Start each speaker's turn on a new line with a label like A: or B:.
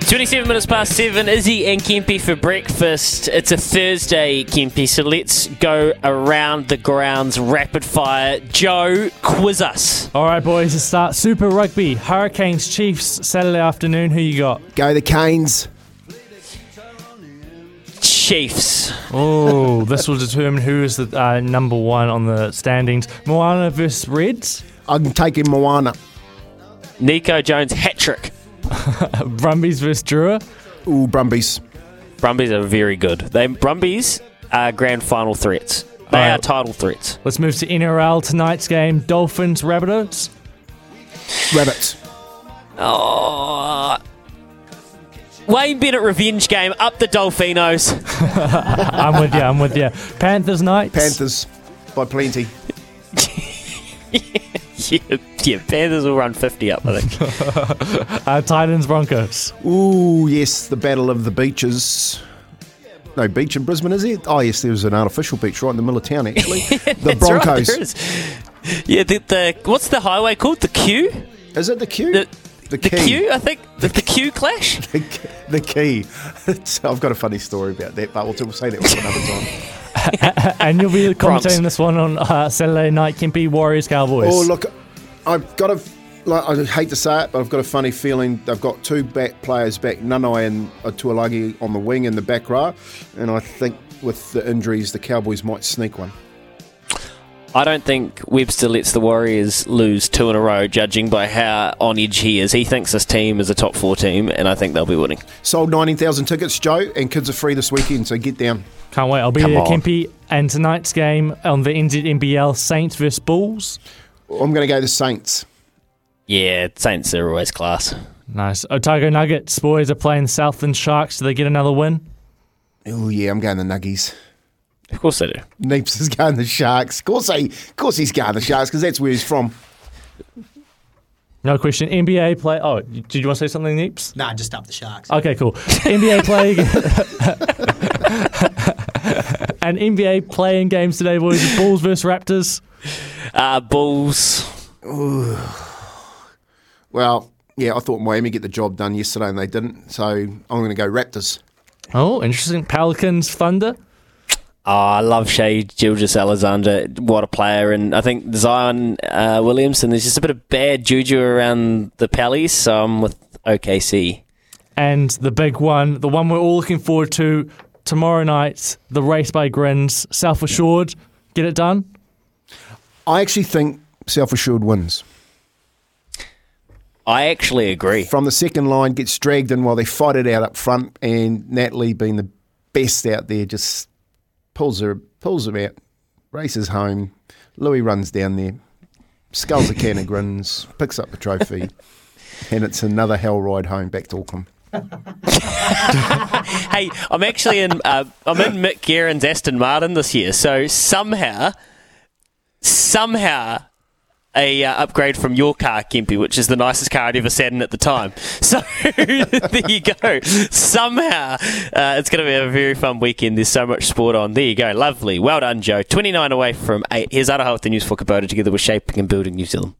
A: Twenty-seven minutes past seven. Izzy and Kempi for breakfast. It's a Thursday, Kempi. So let's go around the grounds rapid fire. Joe, quiz us.
B: All right, boys, let's start Super Rugby, Hurricanes, Chiefs, Saturday afternoon. Who you got?
C: Go the Canes.
A: Chiefs.
B: Oh, this will determine who is the uh, number one on the standings. Moana versus Reds,
C: I'm taking Moana.
A: Nico Jones hat trick.
B: Brumbies versus Drua.
C: Ooh, Brumbies.
A: Brumbies are very good. They Brumbies are grand final threats. They
B: Alright.
A: are title threats.
B: Let's move to NRL tonight's game: Dolphins, Rabbitohs.
C: Rabbits.
A: Oh. Wayne Bennett revenge game up the Dolphinos.
B: I'm with you. I'm with you. Panthers, Knights.
C: Panthers. By plenty.
A: yeah, yeah, Panthers will run fifty up. I think.
B: Uh, Titans, Broncos.
C: Ooh, yes, the Battle of the Beaches. No beach in Brisbane, is it? Oh, yes, there was an artificial beach right in the middle of town, actually. the
A: That's right,
C: Broncos.
A: there is. Yeah, the, the what's the highway called? The Q?
C: is. it the Q?
A: The,
C: the
A: the
C: key.
A: Q? I think the, the Q clash.
C: The key. The key. It's- I've got a funny story about that, but we'll, we'll say that one another time.
B: And you'll be
A: Bronx.
B: commentating this one on uh, Saturday night. Kimpy, Warriors, Cowboys.
C: oh, look, I've got a. Like, I hate to say it, but I've got a funny feeling. They've got two back players back, Nanai and Tuolagi on the wing in the back row, and I think with the injuries, the Cowboys might sneak one.
A: I don't think Webster lets the Warriors lose two in a row, judging by how on edge he is. He thinks this team is a top four team, and I think they'll be winning.
C: Sold 19,000 tickets, Joe, and kids are free this weekend, so get down.
B: Can't wait. I'll be
A: Come
B: there,
A: on.
B: Kimpy. And tonight's game on the NZNBL: Saints versus Bulls.
C: I'm going to go the Saints.
A: Yeah, Saints are always class.
B: Nice. Otago Nuggets boys are playing Southland Sharks. Do they get another win?
C: Oh yeah, I'm going the Nuggies.
A: Of course they do.
C: Neeps is going the Sharks. Of course, he, of course he's going the Sharks because that's where he's from.
B: No question. NBA play. Oh, did you want to say something, Neeps?
D: Nah, just up the Sharks.
B: Okay, cool. NBA play. and NBA playing games today, boys. Bulls versus Raptors.
A: Uh, Bulls.
C: Well, yeah, I thought Miami get the job done yesterday and they didn't, so I'm going to go Raptors.
B: Oh, interesting. Pelicans Thunder.
A: Oh, I love Shea Gilgis Alexander. What a player. And I think Zion uh, Williamson, there's just a bit of bad juju around the Pallies, so I'm with OKC.
B: And the big one, the one we're all looking forward to tomorrow night, the race by Grins, South Assured. Get it done.
C: I actually think Self Assured wins.
A: I actually agree.
C: From the second line, gets dragged in while they fight it out up front, and Natalie, being the best out there, just pulls her pulls them out, races home. Louis runs down there, skulls a can of grins, picks up the trophy, and it's another hell ride home back to Auckland.
A: Hey, I'm actually in. Uh, I'm in Mick Guerin's Aston Martin this year, so somehow, somehow, a uh, upgrade from your car, Kempy, which is the nicest car I'd ever sat in at the time. So there you go. Somehow, uh, it's going to be a very fun weekend. There's so much sport on. There you go. Lovely. Well done, Joe. 29 away from eight. Here's Aroha with the news for Kubota, together with shaping and building New Zealand.